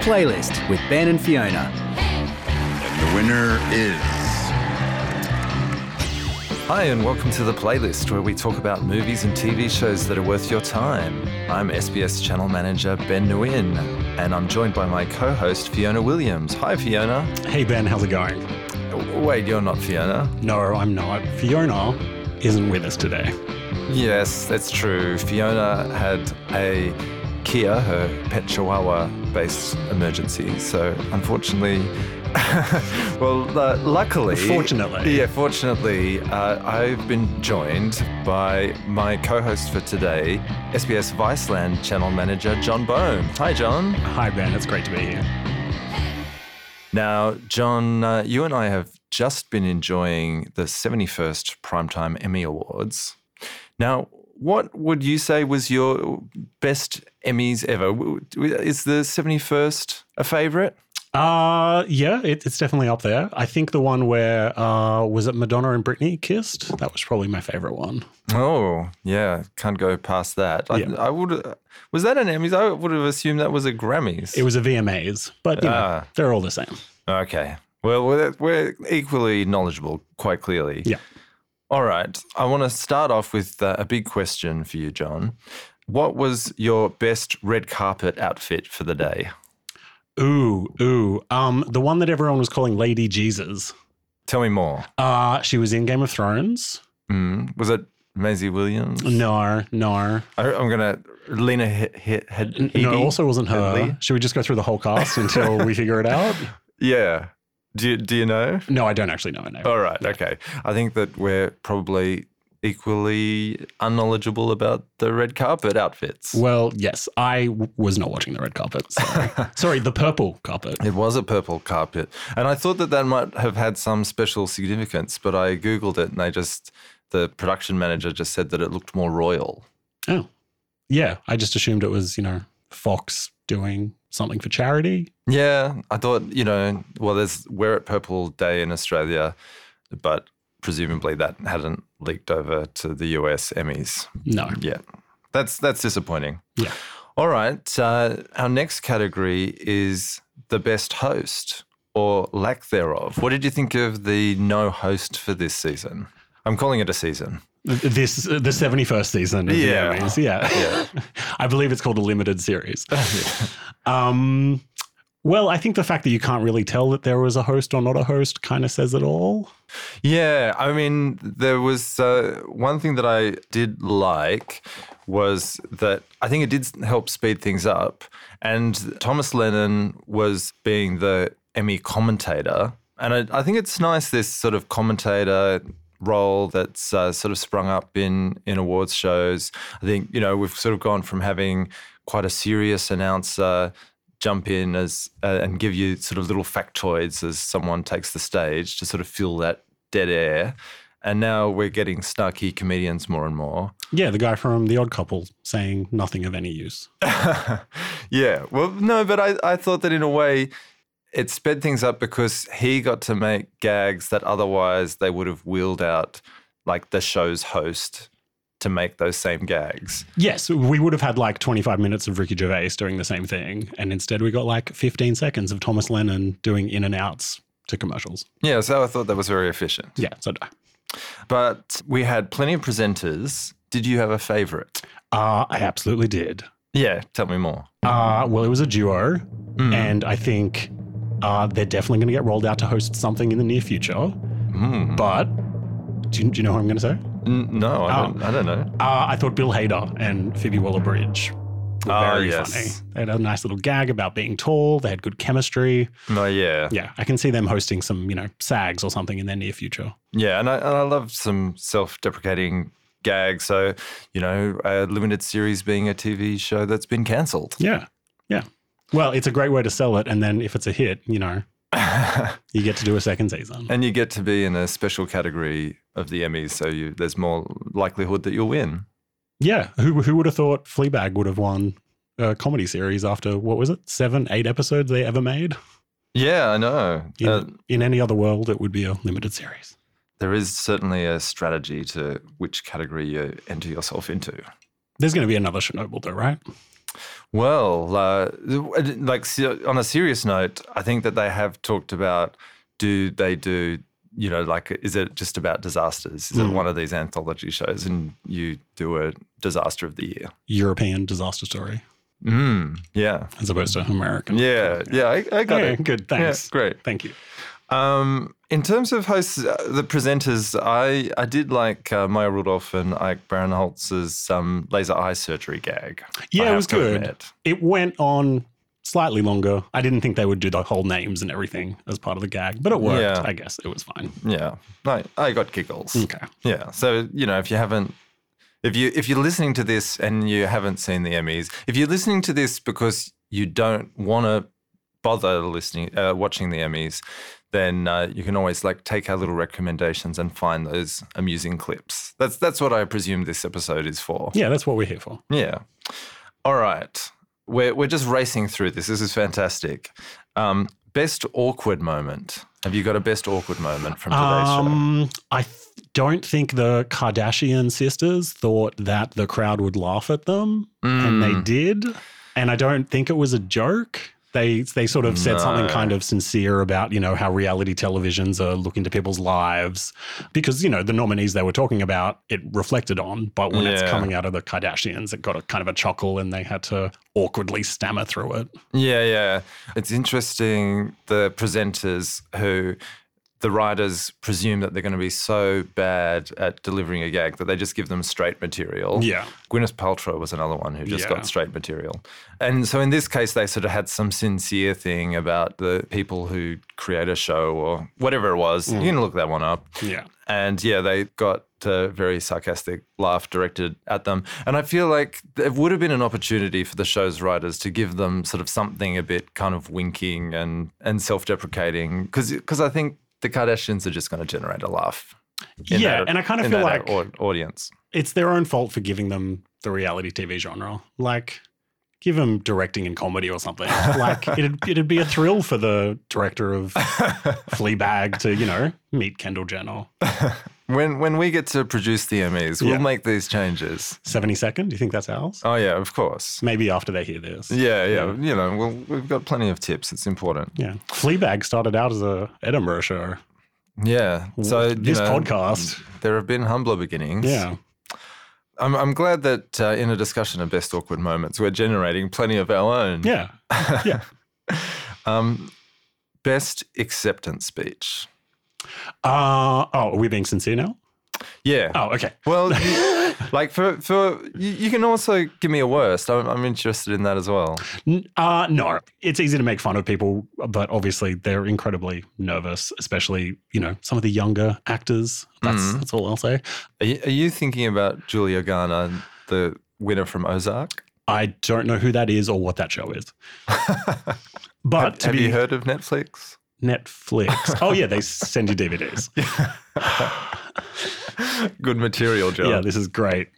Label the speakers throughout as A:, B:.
A: playlist with Ben and Fiona.
B: The winner is.
C: Hi, and welcome to the playlist where we talk about movies and TV shows that are worth your time. I'm SBS channel manager Ben Nguyen, and I'm joined by my co host Fiona Williams. Hi, Fiona.
D: Hey Ben, how's it going?
C: W- Wait, you're not Fiona?
D: No, I'm not. Fiona isn't with us today.
C: Yes, that's true. Fiona had a Kia, her pet chihuahua based emergency. So, unfortunately, well, uh, luckily.
D: Fortunately.
C: Yeah, fortunately, uh, I've been joined by my co host for today, SBS Viceland channel manager, John Bohm. Hi, John.
D: Hi Ben, it's great to be here.
C: Now, John, uh, you and I have just been enjoying the 71st Primetime Emmy Awards. Now, what would you say was your best Emmys ever? W- w- Is the 71st a favorite?
D: Uh yeah, it, it's definitely up there. I think the one where uh was it Madonna and Britney kissed? That was probably my favorite one.
C: Oh, yeah, can't go past that. I,
D: Yeah.
C: I would uh, was that an Emmys? I would have assumed that was a Grammys.
D: It was a VMAs, but you know,
C: Ah.
D: they're all the same.
C: okay. Well, we're, we're equally knowledgeable, quite clearly.
D: Yeah.
C: All right. I want to start off with uh, a big question for you, John. What was your best red carpet outfit for the day?
D: Ooh, ooh. Um, the one that everyone was calling Lady Jesus.
C: Tell me more.
D: Uh she was in Game of Thrones.
C: Mm, was it Maisie Williams?
D: No, no.
C: I, I'm going to Lena he, he, Head-
D: No,
C: Headey?
D: it also wasn't
C: Headley?
D: her. Should we just go through the whole cast until we figure it out?
C: Yeah. Do you, do you know?
D: No, I don't actually know her name.
C: All right. Okay. I think that we're probably equally unknowledgeable about the red carpet outfits.
D: Well, yes, I w- was not watching the red carpet. Sorry, sorry the purple carpet.
C: It was a purple carpet. And I thought that that might have had some special significance, but I Googled it and they just, the production manager just said that it looked more royal.
D: Oh, yeah. I just assumed it was, you know, Fox doing something for charity.
C: Yeah. I thought, you know, well, there's Wear It Purple Day in Australia, but presumably that hadn't leaked over to the US Emmys.
D: No.
C: Yeah. That's, that's disappointing.
D: Yeah.
C: All right. Uh, our next category is the best host or lack thereof. What did you think of the no host for this season? I'm calling it a season.
D: Th- This the seventy first season. Of
C: Yeah.
D: The Emmys. Yeah. I believe it's called a limited series. um, well, I think the fact that you can't really tell that there was a host or not a host kind of says it all.
C: Yeah. I mean, there was uh, one thing that I did like was that I think it did help speed things up. And Thomas Lennon was being the Emmy commentator. And I, I think it's nice this sort of commentator role that's uh, sort of sprung up in in awards shows. I think you know we've sort of gone from having quite a serious announcer jump in as uh, and give you sort of little factoids as someone takes the stage to sort of fill that dead air. And now we're getting snarky comedians more and more.
D: Yeah, the guy from The Odd Couple saying nothing of any use.
C: yeah. Well, no, but I, I thought that in a way it sped things up because he got to make gags that otherwise they would have wheeled out like the show's host to make those same gags.
D: Yes, we would have had like 25 minutes of Ricky Gervais doing the same thing. And instead, we got like 15 seconds of Thomas Lennon doing in and outs to commercials.
C: Yeah, so I thought that was very efficient.
D: Yeah, so no.
C: But we had plenty of presenters. Did you have a favorite?
D: uh, I absolutely did.
C: Yeah, tell me more.
D: Uh, well, it was a duo.
C: Mm.
D: And I think uh, they're definitely going to get rolled out to host something in the near future.
C: Mm.
D: But do you, do you know what I'm going to say?
C: N- no, I,
D: Oh.
C: don't, I don't know.
D: Uh, I thought Bill Hader and Phoebe Waller Bridge were
C: Oh,
D: very
C: yes.
D: funny. They had a nice little gag about being tall, they had good chemistry.
C: No, yeah.
D: yeah, I can see them hosting some, you know, SAGs or something in their near future.
C: Yeah, and I, and I love some self-deprecating gags. So, you know, a limited series being a TV show that's been cancelled.
D: Yeah. Yeah. Well, it's a great way to sell it. And then if it's a hit, you know, you get to do a second season.
C: and you get to be in a special category of the Emmys, so you, there's more likelihood that you'll win.
D: Yeah. Who, who would have thought Fleabag would have won a comedy series after, what was it, seven, eight episodes they ever made?
C: Yeah, I know.
D: In,
C: Uh,
D: in any other world, it would be a limited series.
C: there is certainly a strategy to which category you enter yourself into.
D: There's going to be another Chernobyl, though, right?
C: Well, uh, like se- on a serious note, I think that they have talked about do they do you know like is it just about disasters? Is
D: Hmm.
C: it one of these anthology shows and you do a disaster of the year?
D: European disaster story
C: Mm, yeah,
D: as opposed to American.
C: yeah, yeah. I, I got
D: Okay,
C: it.
D: good.
C: Yeah,
D: Thanks.
C: great.
D: Thank you.
C: Um, in terms of hosts, uh, the presenters, I, I did like uh, Maya Rudolph and Ike Barinholtz's um, laser eye surgery gag. I
D: Yeah, it
C: have
D: was
C: to
D: good.
C: admit.
D: It went on slightly longer. I didn't think they would do the whole names and everything as part of the gag, but it worked.
C: Yeah.
D: I guess it was fine.
C: Yeah, I, I got giggles.
D: Okay.
C: Yeah, so you know, if you haven't, if you if you're listening to this and you haven't seen the Emmys, if you're listening to this because you don't want to bother listening, uh, watching the Emmys, then uh, you can always like take our little recommendations and find those amusing clips. That's that's what I presume this episode is for.
D: Yeah, that's what we're here for.
C: Yeah. All right. We're, we're just racing through this. This is fantastic. Um, best awkward moment. Have you got a best awkward moment from today's
D: Um, I th- don't think the Kardashian sisters thought that the crowd would laugh at them,
C: Mm.
D: and
C: Hmm.
D: they did. And I don't think it was a joke. They they sort of said something
C: No.
D: kind of sincere about you know how reality televisions are looking to people's lives because you know the nominees they were talking about it reflected on, but when it's
C: Yeah.
D: coming out of the Kardashians, it got a kind of a chuckle, and they had to awkwardly stammer through it.
C: show? Yeah, yeah. It's interesting the presenters who the writers presume that they're going to be so bad at delivering a gag that they just give them straight material.
D: Yeah.
C: Gwyneth Paltrow was another one who just
D: Yeah.
C: got straight material. And so in this case, they sort of had some sincere thing about the people who create a show or whatever it was.
D: Mm.
C: You can look that one up.
D: Yeah.
C: And yeah, they got a very sarcastic laugh directed at them. And I feel like it would have been an opportunity for the show's writers to give them sort of something a bit kind of winking and, and self deprecating because I think the Kardashians are just going to generate a laugh. in
D: yeah,
C: that-
D: and I kind of
C: in
D: feel
C: that
D: like
C: au- audience.
D: it's their own fault for giving them the reality TV genre. Like, give them directing and comedy or something. Like, it'd, it'd be a thrill for the director of Fleabag to, you know, meet Kendall Jenner.
C: When when we get to produce the Emmys, we'll
D: Yeah.
C: make these changes.
D: 72nd, do you think that's ours?
C: Oh yeah, of course.
D: Maybe after they hear this.
C: Yeah, yeah. You know, we'll, we've got plenty of tips. It's important.
D: Yeah. Fleabag started out as a Edinburgh show.
C: Yeah. So you
D: this
C: know, Mm.
D: podcast.
C: there have been humbler beginnings.
D: Yeah.
C: I'm I'm glad that uh, in a discussion of best awkward moments, we're generating plenty of our own.
D: Yeah. Yeah.
C: Um, best acceptance speech.
D: Uh, oh, are we being sincere now?
C: Yeah.
D: Oh, okay.
C: Well, you- like for for you, you can also give me a worst. I'm, I'm interested in that as well.
D: N- Uh, no, it's easy to make fun of people, but obviously they're incredibly nervous, especially, you know, some of the younger actors. That's,
C: Mm.
D: that's all I'll say.
C: Are you, are you thinking about Julia Garner, the winner from Ozark?
D: I don't know who that is or what that show is. But
C: Have,
D: Oh, to
C: have
D: be
C: you heard of Netflix?
D: Netflix. Oh, yeah, they send you DVDs.
C: Good material, John.
D: Yeah, this is great.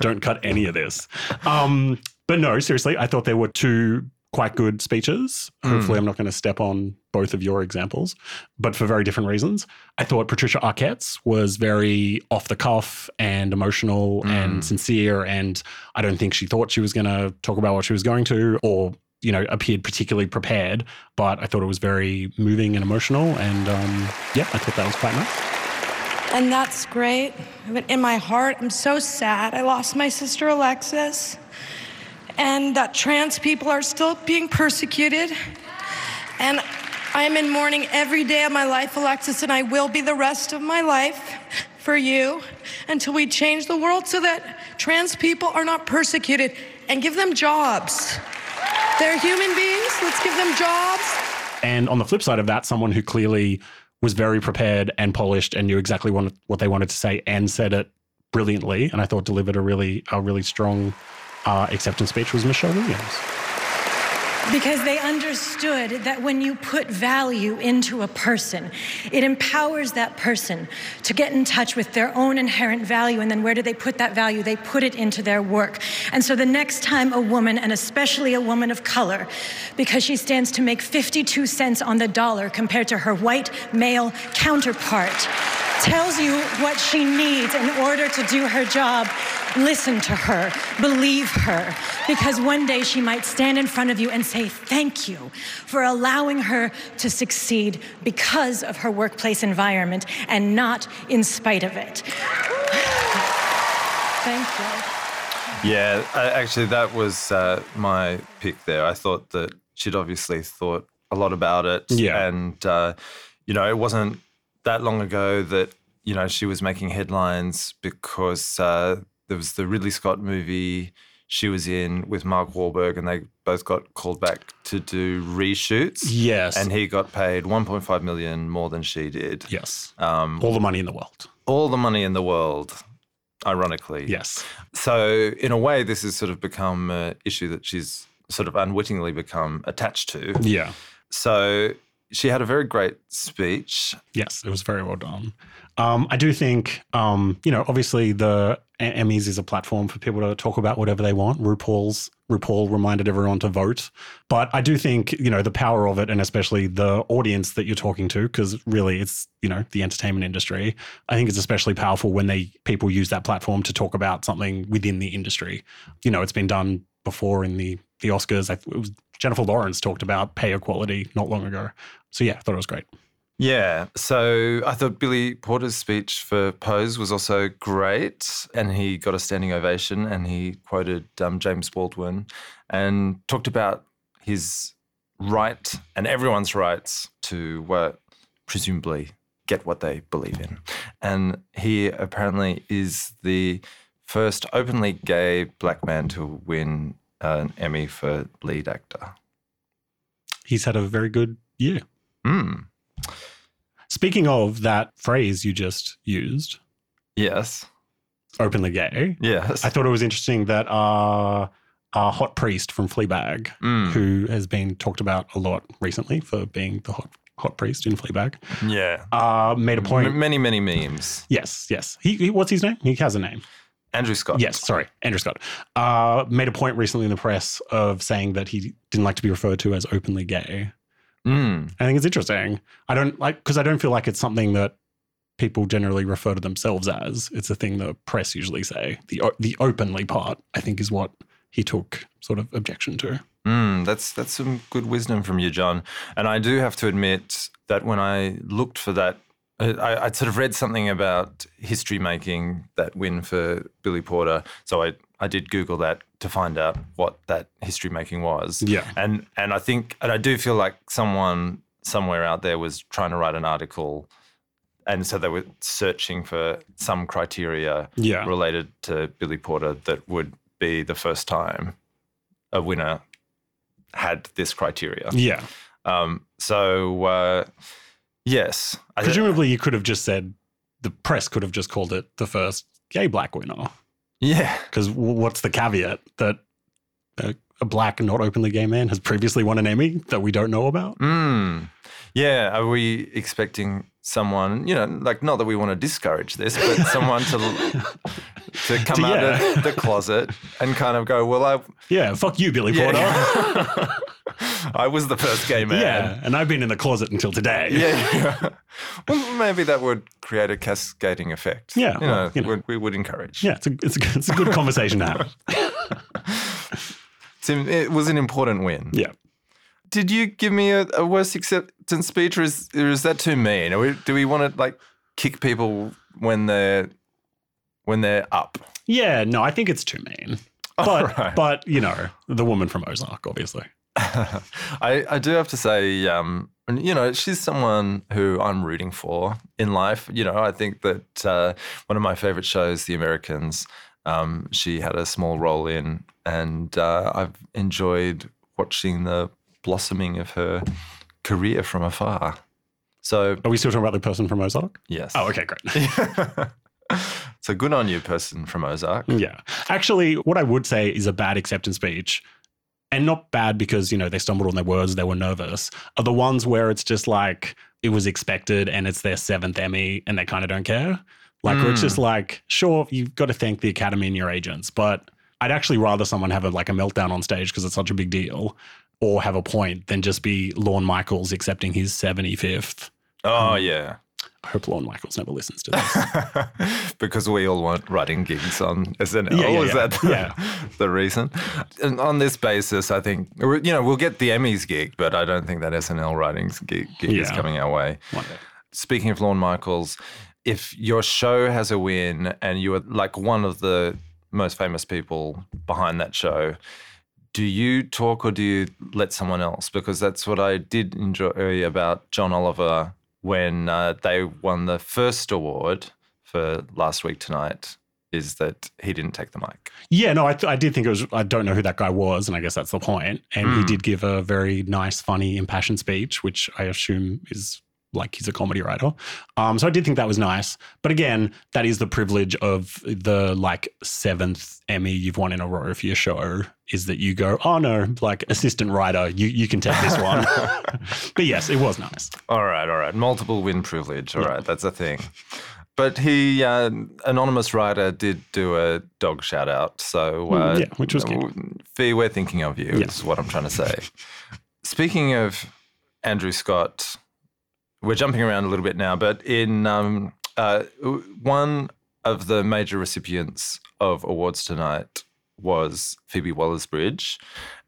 D: Don't cut any of this. Um, but no, seriously, I thought there were two quite good speeches. Hopefully, I'm not going to step on both of your examples, but for very different reasons. I thought Patricia Arquette's was very off the cuff and emotional and sincere. And I don't think she thought she was going to talk about what she was going to or. You know, appeared particularly prepared, but I thought it was very moving and emotional. And um, yeah, I thought that was quite nice.
E: And that's great. But in my heart, I'm so sad. I lost my sister Alexis. And that trans people are still being persecuted. And I am in mourning every day of my life, Alexis, and I will be the rest of my life for you until we change the world so that trans people are not persecuted and give them jobs. They're human beings. Let's give them jobs.
D: And on the flip side of that, someone who clearly was very prepared and polished and knew exactly what, what they wanted to say and said it brilliantly, and I thought delivered a really a really strong uh, acceptance speech was Michelle Williams.
F: Because they understood that when you put value into a person, it empowers that person to get in touch with their own inherent value. And then where do they put that value? They put it into their work. And so the next time a woman, and especially a woman of color, because she stands to make 52 cents on the dollar compared to her white male counterpart, tells you what she needs in order to do her job, listen to her, believe her, because one day she might stand in front of you and say, Thank you for allowing her to succeed because of her workplace environment and not in spite of it. Thank you.
C: Yeah, uh, actually, that was uh, my pick there. I thought that she'd obviously thought a lot about it.
D: Yeah.
C: And, uh, you know, it wasn't that long ago that, you know, she was making headlines because uh, there was the Ridley Scott movie she was in with Mark Wahlberg, and they both got called back to do reshoots.
D: Yes.
C: And he got paid 1.5 million more than she did.
D: Yes. Um, All the money in the world.
C: All the money in the world, ironically.
D: Yes.
C: So, in a way, this has sort of become an issue that she's sort of unwittingly become attached to.
D: Yeah.
C: So, she had a very great speech.
D: Yes, it was very well done. Um, I do think, um, you know, obviously the E- Emmys is a platform for people to talk about whatever they want. RuPaul's RuPaul reminded everyone to vote, but I do think, you know, the power of it, and especially the audience that you're talking to, because really it's, you know, the entertainment industry. I think it's especially powerful when they people use that platform to talk about something within the industry. You know, it's been done before in the the Oscars. I, it was Jennifer Lawrence talked about pay equality not long ago. So yeah, I thought it was great.
C: Yeah. So, I thought Billy Porter's speech for Pose was also great. And he got a standing ovation and he quoted um, James Baldwin and talked about his right and everyone's rights to uh, presumably get what they believe in. And he apparently is the first openly gay black man to win an Emmy for lead actor.
D: he's had a very good year.
C: Mm.
D: Speaking of that phrase you just used,
C: Yes.
D: openly gay,
C: Yes.
D: I thought it was interesting that uh, our hot priest from Fleabag,
C: Mm.
D: who has been talked about a lot recently for being the hot, hot priest in Fleabag,
C: yeah.
D: uh, made a point.
C: M- many, many memes.
D: yes, yes. He, he what's his name? He has a name.
C: Andrew Scott.
D: Yes, sorry, Andrew Scott uh, made a point recently in the press of saying that he didn't like to be referred to as openly gay.
C: Mm.
D: I think it's interesting. I don't like because I don't feel like it's something that people generally refer to themselves as. It's a thing the press usually say. The o- the openly part, I think, is what he took sort of objection to.
C: Mm. That's that's some good wisdom from you, John. And I do have to admit that when I looked for that, I, I I'd sort of read something about history making that win for Billy Porter. So I I did Google that to find out what that history making was.
D: Yeah.
C: And and I think and I do feel like someone somewhere out there was trying to write an article and so they were searching for some criteria
D: Yeah.
C: related to Billy Porter that would be the first time a winner had this criteria.
D: Yeah,
C: Um, so uh, yes, I,
D: presumably you could have just said the press could have just called it the first gay black winner
C: yeah,
D: because w- what's the caveat that a, a black not openly gay man has previously won an Emmy that we don't know about?
C: mm, yeah. Are we expecting someone? You know, like not that we want to discourage this, but someone to to come
D: To-
C: out
D: yeah.
C: of the closet and kind of go, well, I
D: Yeah, fuck you, Billy Porter. Yeah,
C: yeah. I was the first gay man.
D: and I've been in the closet until today.
C: yeah. yeah. well, maybe that would create a cascading effect.
D: Yeah,
C: you know,
D: well, you know.
C: would- we would encourage.
D: Yeah, it's a, it's a, good- it's a good conversation to have.
C: It's im- it was an important win.
D: Yeah.
C: Did you give me a, a worse acceptance speech, or is, or is that too mean? Are we, do we want to like kick people when they're when they're up?
D: Yeah, no, I think it's too mean. But,
C: right.
D: but you know, the woman from Ozark, obviously.
C: I, I do have to say, um, and, you know, she's someone who I'm rooting for in life. You know, I think that uh, one of my favorite shows, The Americans, um, she had a small role in, and uh, I've enjoyed watching the blossoming of her career from afar. So,
D: Are we still talking about the person from Ozark?
C: yes.
D: Oh, okay, great.
C: So good on you, person from Ozark.
D: yeah. Actually, what I would say is a bad acceptance speech, and not bad because, you know, they stumbled on their words, they were nervous, are the ones where it's just like it was expected and it's their seventh Emmy and they kind of don't care. Like, where it's
C: Mm.
D: just like, sure, you've got to thank the Academy and your agents, but I'd actually rather someone have a, like a meltdown on stage because it's such a big deal or have a point than just be Lorne Michaels accepting his 75th
C: Oh, yeah.
D: I hope Lorne Michaels never listens to this.
C: because we all want writing gigs on SNL.
D: Yeah, yeah,
C: Is
D: yeah.
C: that the, the reason? And on this basis, I think we- you know we'll get the Emmys gig, but I don't think that SNL writing gig, gig is
D: Yeah.
C: coming our way.
D: One day.
C: Speaking of Lorne Michaels, if your show has a win and you are like one of the most famous people behind that show, do you talk or do you let someone else? Because that's what I did enjoy about John Oliver when uh, they won the first award for last week tonight. Is that he didn't take the mic?
D: Yeah, no, I, th- I did think it was. I don't know who that guy was, and I guess that's the point. And he did give a very nice, funny, impassioned speech, which I assume is like he's a comedy writer. Um, so I did think that was nice. But again, that is the privilege of the like seventh Emmy you've won in a row for your show is that you go, oh no, like assistant writer, you you can take this one. but yes, it was nice.
C: All right, all right. Multiple win privilege. All right, that's a thing. But he, uh, anonymous writer, did do a dog shout out. So, uh,
D: Mm, yeah, which was cute.
C: Fee, we're thinking of you, is what I'm trying to say. Speaking of Andrew Scott, we're jumping around a little bit now, but in um, uh, one of the major recipients of awards tonight was Phoebe Waller Bridge.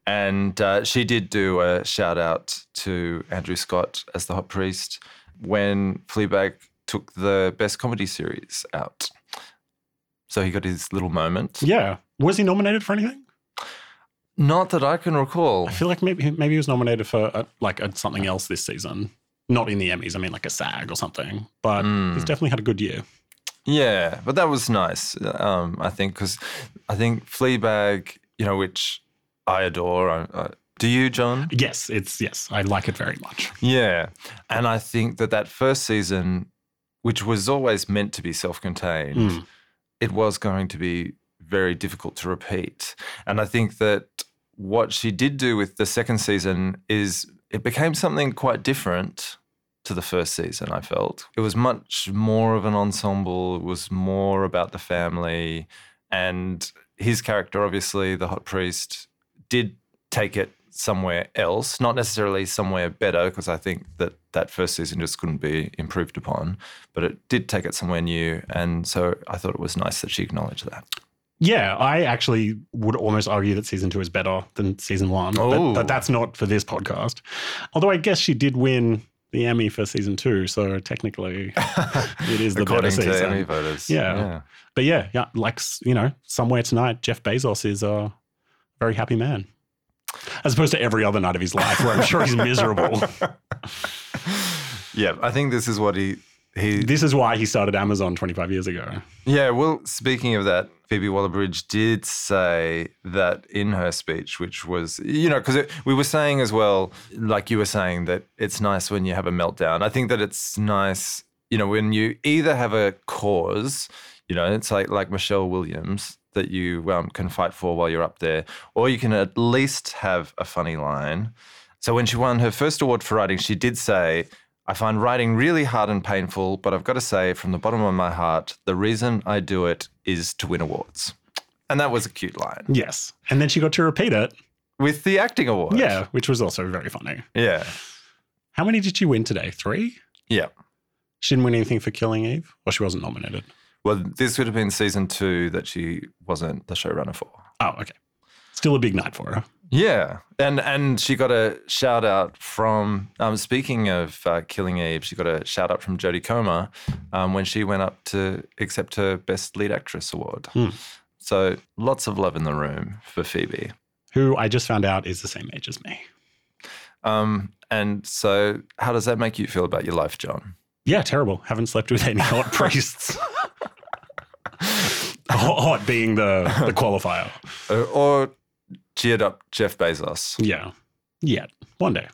C: And uh, she did do a shout out to Andrew Scott as the Hot Priest when Fleabag took the best comedy series out. So he got his little moment.
D: Yeah, was he nominated for anything?
C: Not that I can recall.
D: I feel like maybe maybe he was nominated for uh like a, something else this season, not in the Emmys. I mean, like a SAG or something. But he's definitely had a good year.
C: Yeah, but that was nice. Um, I think because I think Fleabag, you know, which I adore. I, I, do you, John?
D: Yes, it's yes, I like it very much.
C: Yeah, and I think that that first season, which was always meant to be self-contained,
D: Hmm.
C: it was going to be very difficult to repeat. And I think that what she did do with the second season is it became something quite different to the first season, I felt. It was much more of an ensemble, it was more about the family. And his character, obviously, the hot priest, did take it somewhere else, not necessarily somewhere better, because I think that that first season just couldn't be improved upon, but it did take it somewhere new. And so I thought it was nice that she acknowledged that.
D: Yeah, I actually would almost argue that season two is better than season one.
C: Oh.
D: But, but that's not for this podcast. Although I guess she did win the Emmy for season two, so technically it is the better
C: According to
D: season.
C: Emmy voters.
D: Yeah. But yeah, yeah, like s- you know, somewhere tonight, Jeff Bezos is a very happy man, as opposed to every other night of his life, where I'm sure he's miserable.
C: Yeah. I think this is what he. he
D: This is why he started Amazon 25 years ago.
C: Yeah, well, speaking of that, Phoebe Waller-Bridge did say that in her speech, which was, you know, because we were saying as well, like you were saying, that it's nice when you have a meltdown. I think that it's nice, you know, when you either have a cause, you know, it's like like Michelle Williams that you um, can fight for while you're up there, or you can at least have a funny line. So when she won her first award for writing, she did say, I find writing really hard and painful, but I've got to say, from the bottom of my heart, the reason I do it is to win awards. And that was a cute line.
D: Yes. And then she got to repeat it.
C: With the acting award.
D: Yeah, which was also very funny.
C: Yeah.
D: How many did she win today? Three?
C: Yeah.
D: She didn't win anything for Killing Eve? Well, she wasn't nominated.
C: Well, this would have been season two that she wasn't the showrunner for.
D: Oh, okay. Still a big night for her.
C: Yeah. And and she got a shout out from, um, speaking of uh, Killing Eve, she got a shout out from Jodie Comer um, when she went up to accept her Best Lead Actress award. So lots of love in the room for Phoebe.
D: Who I just found out is the same age as me.
C: Um, and so, how does that make you feel about your life, John?
D: Yeah, terrible. Haven't slept with any hot priests. hot, hot being the, the qualifier.
C: Or, Uh, or cheered up Jeff Bezos?
D: Yeah. Yet. One day.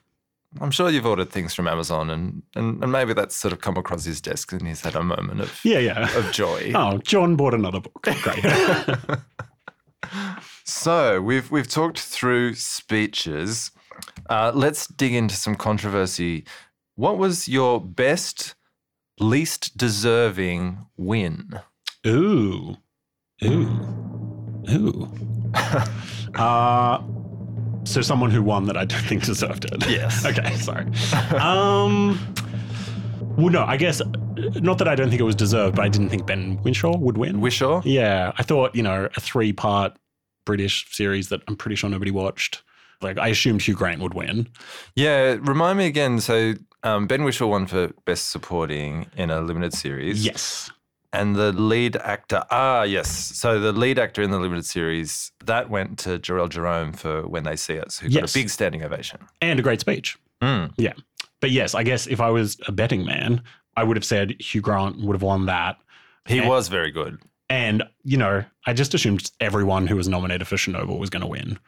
C: I'm sure you've ordered things from Amazon, and, and, and maybe that's sort of come across his desk and he's had a moment of,
D: Yeah, yeah.
C: of joy.
D: Oh, John bought another book. Great.
C: So, we've, we've talked through speeches. Uh, let's dig into some controversy. What was your best, least deserving win?
D: Ooh. Ooh. Ooh. uh, so someone who won that I don't think deserved it.
C: Yes.
D: okay, sorry. Um Well, no, I guess not that I don't think it was deserved, but I didn't think Ben Winshaw would win.
C: Wishaw?
D: Yeah, I thought you know a three-part British series that I'm pretty sure nobody watched. Like I assumed Hugh Grant would win.
C: Yeah, remind me again. So um, Ben Whishaw won for Best Supporting in a limited series.
D: Yes.
C: And the lead actor, ah, yes. So the lead actor in the limited series, that went to Jarrell Jerome for When They See Us, who got
D: Yes.
C: a big standing ovation.
D: and a great speech. Yeah. But yes, I guess if I was a betting man, I would have said Hugh Grant would have won that.
C: He was very good.
D: And, you know, I just assumed everyone who was nominated for Chernobyl was going to win.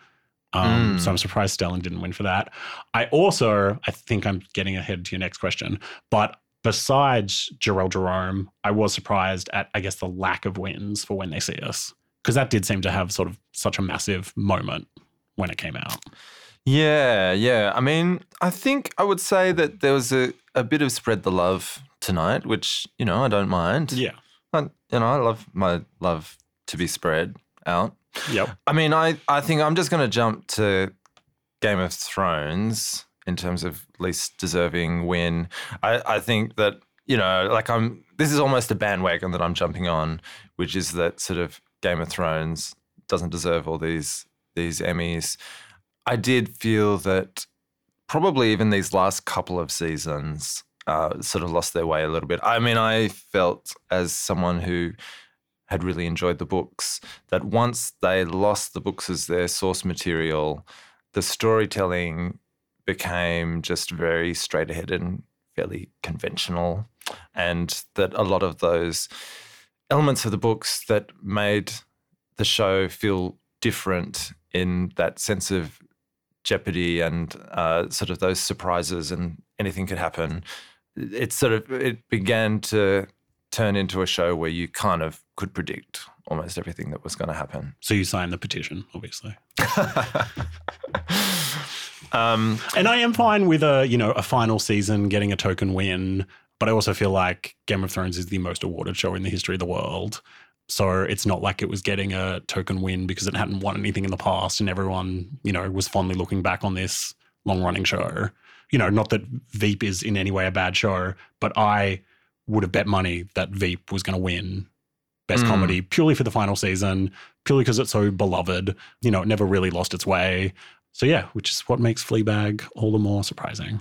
D: Um, So I'm surprised Stellan didn't win for that. I also, I think I'm getting ahead to your next question, but besides Jarrell Jerome, I was surprised at, I guess, the lack of wins for When They See Us, because that did seem to have sort of such a massive moment when it came out.
C: Yeah, yeah. I mean, I think I would say that there was a, a bit of spread the love tonight, which, you know, I don't mind.
D: Yeah.
C: I, you know, I love my love to be spread out.
D: Yep.
C: I mean, I, I think I'm just going to jump to Game of Thrones in terms of least deserving win. I, I think that, you know, like I'm, this is almost a bandwagon that I'm jumping on, which is that sort of Game of Thrones doesn't deserve all these these Emmys. I did feel that probably even these last couple of seasons uh, sort of lost their way a little bit. I mean, I felt as someone who had really enjoyed the books that once they lost the books as their source material, the storytelling became just very straight ahead and fairly conventional. And that a lot of those elements of the books that made the show feel different in that sense of jeopardy and uh, sort of those surprises and anything could happen. It sort of it began to turn into a show where you kind of could predict almost everything that was going to happen.
D: So you signed the petition, obviously.
C: Um,
D: And I am fine with a, you know, a final season getting a token win, but I also feel like Game of Thrones is the most awarded show in the history of the world. So it's not like it was getting a token win because it hadn't won anything in the past and everyone, you know, was fondly looking back on this long-running show. You know, not that Veep is in any way a bad show, but I would have bet money that Veep was going to win best
C: Mm.
D: comedy purely for the final season, purely because it's so beloved. You know, it never really lost its way. So yeah, which is what makes Fleabag all the more surprising.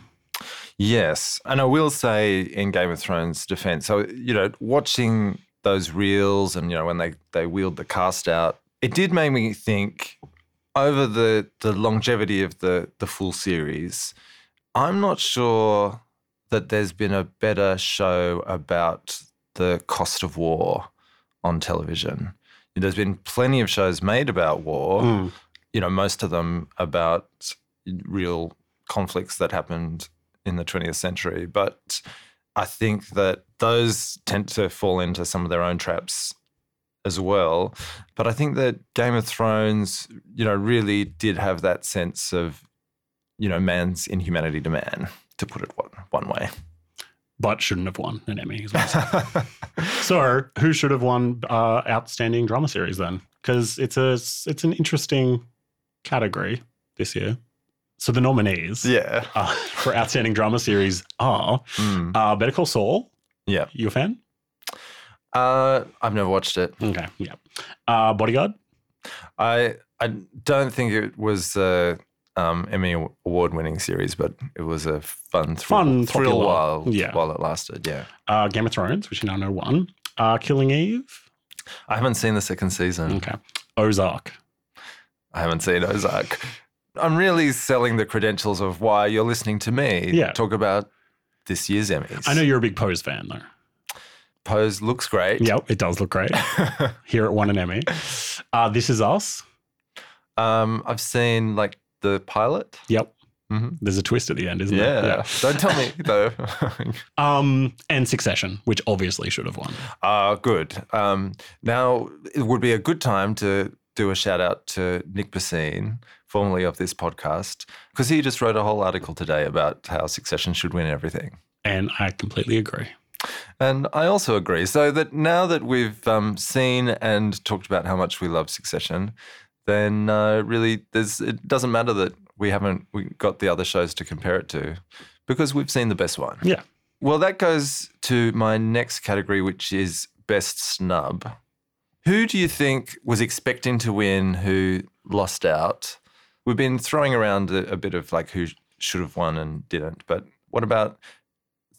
C: Yes. And I will say in Game of Thrones defense, so, you know, watching those reels and, you know, when they, they wheeled the cast out, it did make me think over the, the longevity of the, the full series, I'm not sure that there's been a better show about the cost of war on television. There's been plenty of shows made about war you know, most of them about real conflicts that happened in the 20th century. But I think that those tend to fall into some of their own traps as well. But I think that Game of Thrones, you know, really did have that sense of, you know, man's inhumanity to man, to put it one, one way.
D: But shouldn't have won an Emmy. As well. so who should have won uh, outstanding drama series then? Because it's a it's an interesting category this year. So the nominees
C: Yeah.
D: uh, for outstanding drama series are
C: Mm.
D: uh, Better Call Saul.
C: Yeah.
D: You a fan?
C: Uh, I've never watched it.
D: Okay. Yeah. Uh, Bodyguard.
C: I I don't think it was a um, Emmy award winning series, but it was a fun thrill,
D: Fun,
C: thrill
D: popular.
C: while
D: Yeah.
C: while it lasted. Yeah,
D: Uh, Game of Thrones, which you now know won. Uh, Killing Eve.
C: I haven't seen the second season.
D: Okay. Ozark.
C: I haven't seen Ozark. I'm really selling the credentials of why you're listening to me
D: Yeah.
C: talk about this year's Emmys.
D: I know you're a big Pose fan though.
C: Pose looks great.
D: Yep, it does look great. Here at One and Emmy. Uh, this is us.
C: Um, I've seen like the pilot.
D: Yep.
C: Mhm.
D: There's a twist at the end, isn't
C: Yeah.
D: there?
C: Don't tell me though.
D: Yeah. Um, and Succession, which obviously should have won.
C: Ah, good. Um, now it would be a good time to do a shout out to Nick Bassine, formerly of this podcast, because he just wrote a whole article today about how Succession should win everything.
D: And I completely agree.
C: And I also agree. So that now that we've um, seen and talked about how much we love Succession, then uh, really there's it doesn't matter that we haven't we got the other shows to compare it to, because we've seen the best one.
D: Yeah.
C: Well, that goes to my next category, which is best snub. Who do you think was expecting to win who lost out? We've been throwing around a, a bit of like who sh- should have won and didn't, but what about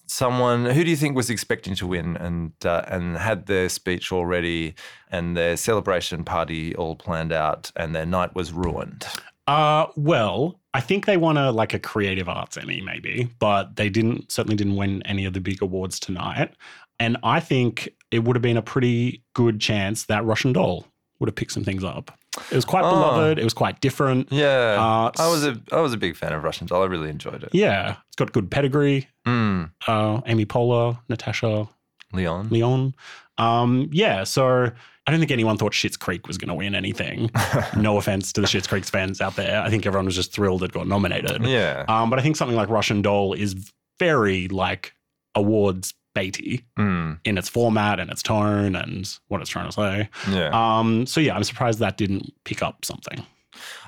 C: someone who do you think was expecting to win and uh, and had their speech already and their celebration party all planned out and their night was ruined?
D: Uh, well, I think they won a like a creative arts Emmy, maybe, but they didn't certainly didn't win any of the big awards tonight. And I think it would have been a pretty good chance that Russian Doll would have picked some things up. It was quite
C: Oh.
D: beloved. It was quite different.
C: Yeah,
D: Uh,
C: I was a I was a big fan of Russian Doll. I really enjoyed it.
D: Yeah, it's got good pedigree.
C: Mm,
D: Uh, Amy Poehler, Natasha
C: Leon.
D: Leon. Um, yeah, so I don't think anyone thought Shits Creek was going to win anything. no offense to the Shits Creek fans out there. I think everyone was just thrilled it got nominated.
C: Yeah.
D: Um, but I think something like Russian Doll is very like awards baity
C: Mm,
D: in its format and its tone and what it's trying to say.
C: yeah.
D: Um, so yeah, I'm surprised that didn't pick up something.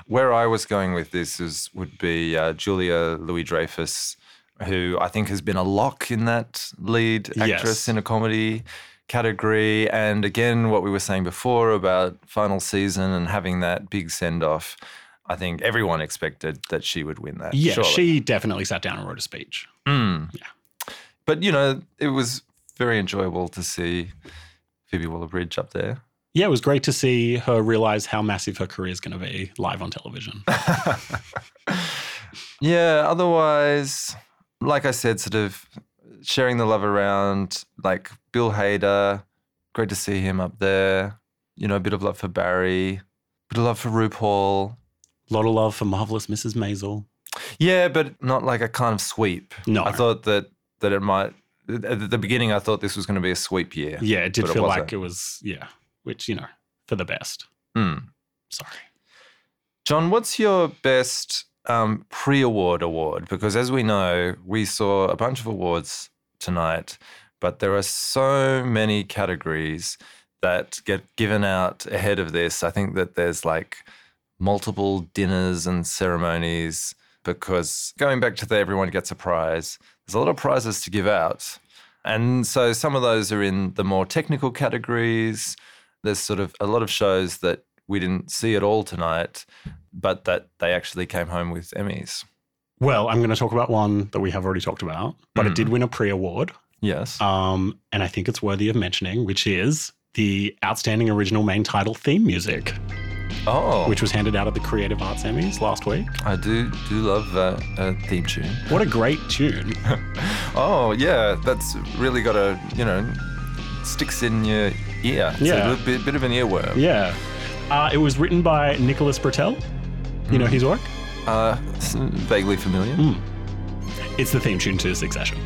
C: Where I was going with this is would be uh, Julia Louis Dreyfus, who I think has been a lock in that lead actress
D: Yes.
C: in a comedy category. And again, what we were saying before about final season and having that big send off, I think everyone expected that she would win that.
D: Yeah,
C: surely. Hmm.
D: she definitely sat down and wrote a speech.
C: But you know, it was very enjoyable to see Phoebe Waller-Bridge up there.
D: Yeah, it was great to see her realize how massive her career is going to be live on television.
C: Yeah, otherwise, like I said, sort of sharing the love around, like Bill Hader, great to see him up there. You know, a bit of love for Barry, bit of love for RuPaul.
D: A lot of love for marvelous Mrs. Maisel.
C: Yeah, but not like a kind of sweep.
D: No.
C: I thought that that it might at the beginning I thought this was going to be a sweep year.
D: Yeah, it did
C: But it
D: feel
C: wasn't.
D: like it was, yeah, which, you know, for the best.
C: Hmm.
D: Sorry.
C: John, what's your best um, pre award award? Because as we know, we saw a bunch of awards tonight, but there are so many categories that get given out ahead of this. I think that there's like multiple dinners and ceremonies because going back to the everyone gets a prize, there's a lot of prizes to give out. And so some of those are in the more technical categories. There's sort of a lot of shows that we didn't see at all tonight, but that they actually came home with Emmys.
D: Well, I'm going to talk about one that we have already talked about, but
C: Hmm.
D: it did win a pre award.
C: Yes.
D: Um, and I think it's worthy of mentioning, which is the outstanding original main title theme music,
C: oh,
D: which was handed out at the Creative Arts Emmys last week.
C: I do do love uh, a theme tune.
D: What a great tune.
C: Oh yeah, that's really got a you know sticks in your ear. It's
D: Yeah.
C: a little bit, bit of an earworm.
D: yeah. Uh, it was written by Nicholas Britell. You
C: Hmm.
D: know his work?
C: Uh, it's vaguely familiar.
D: Hmm. It's the theme tune to Succession.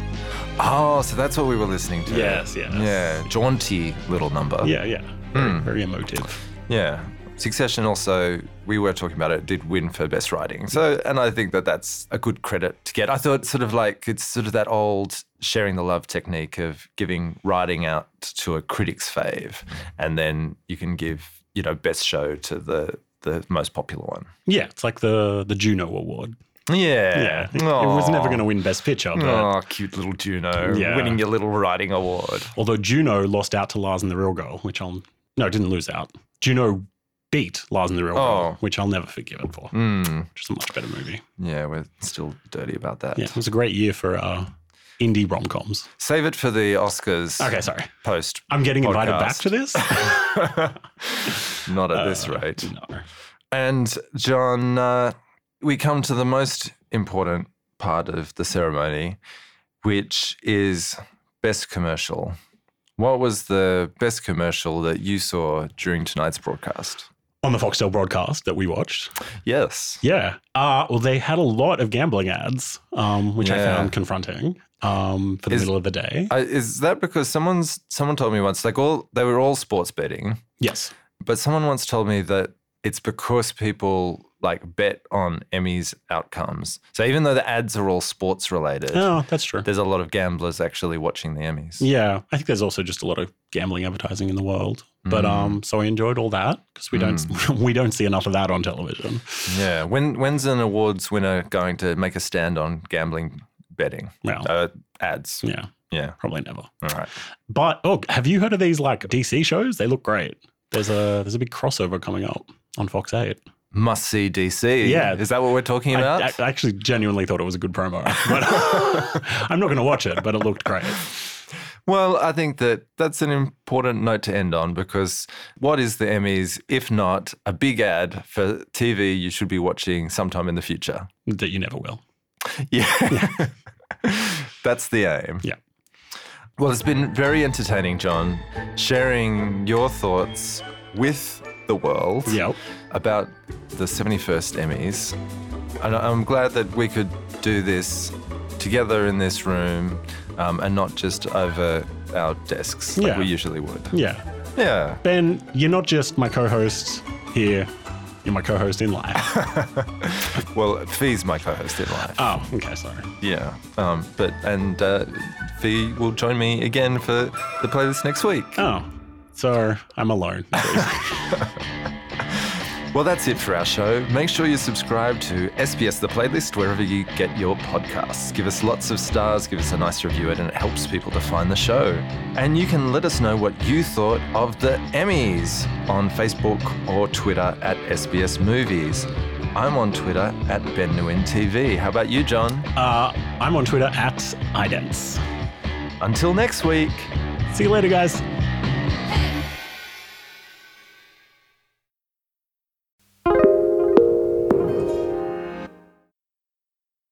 C: Oh, so that's what we were listening to.
D: Yes, yes.
C: Yeah, jaunty little number.
D: Yeah, yeah. Very,
C: Hmm.
D: very emotive.
C: Yeah. Succession also, we were talking about it, did win for best writing. So, and I think that that's a good credit to get. I thought sort of like it's sort of that old sharing the love technique of giving writing out to a critic's fave,
D: Mm.
C: and then you can give you know best show to the the most popular one.
D: Yeah, it's like the the Juno Award.
C: Yeah.
D: Yeah, it, it was never
C: Aw.
D: going to win Best Picture, but
C: Aw, cute little Juno
D: Yeah.
C: winning your little writing award.
D: although Juno lost out to Lars and the Real Girl, which I'll no, didn't lose out. Juno beat Lars and the Real
C: Oh.
D: Girl, which I'll never forgive it for,
C: Mm.
D: which is a much better movie.
C: Yeah, we're still dirty about that.
D: Yeah, it was a great year for uh, indie rom coms.
C: Save it for the Oscars
D: Okay, sorry,
C: post.
D: I'm getting invited
C: Podcast.
D: back to Uh, this.
C: Not at this rate.
D: no.
C: And John, uh, we come to the most important part of the ceremony, which is best commercial. What was the best commercial that you saw during tonight's broadcast?
D: On the Foxtel broadcast that we watched,
C: Yes.
D: yeah. Uh, well, they had a lot of gambling ads, um, which I
C: Yeah.
D: found confronting um, for the
C: Is-
D: middle of the day.
C: I, is that because someone's someone told me once like all they were all sports betting,
D: yes,
C: but someone once told me that it's because people like bet on Emmys outcomes. So even though the ads are all sports related,
D: oh, that's true.
C: there's a lot of gamblers actually watching the Emmys.
D: Yeah, I think there's also just a lot of gambling advertising in the world. But
C: Mm.
D: um, so I enjoyed all that because we don't we don't see enough of that on television.
C: Yeah. When when's an awards winner going to make a stand on gambling betting
D: Well,
C: uh, ads?
D: yeah,
C: Yeah.
D: Probably never.
C: All right.
D: But oh, have you heard of these like DC shows? They look great. There's a there's a big crossover coming up on Fox Eight.
C: Must see DC.
D: Yeah.
C: Is that what we're talking
D: I,
C: about?
D: I actually genuinely thought it was a good promo, but I'm not going to watch it. But it looked great.
C: Well, I think that that's an important note to end on because what is the Emmys if not a big ad for TV you should be watching sometime in the future?
D: That you never will.
C: Yeah. that's the aim.
D: Yeah.
C: Well, it's been very entertaining, John, sharing your thoughts with the world
D: Yep.
C: about the 71st Emmys. And I- I'm glad that we could do this together in this room um, and not just over our desks like
D: Yeah.
C: we usually would.
D: Yeah.
C: Yeah.
D: Ben, you're not just my co-host here. You're my co-host in life.
C: Well, Fee's my co host in life.
D: oh, okay, sorry.
C: Yeah. Um, but, and uh, Fee will join me again for the playlist next week.
D: Oh, so I'm alone. Uh,
C: Well, that's it for our show. Make sure you subscribe to SBS The Playlist wherever you get your podcasts. Give us lots of stars, give us a nice review, and it helps people to find the show. And you can let us know what you thought of the Emmys on Facebook or Twitter at SBS Movies. I'm on Twitter at Ben Nguyen TV. How about you, John?
D: uh, I'm on Twitter at idents.
C: Until next week.
D: See you later, guys.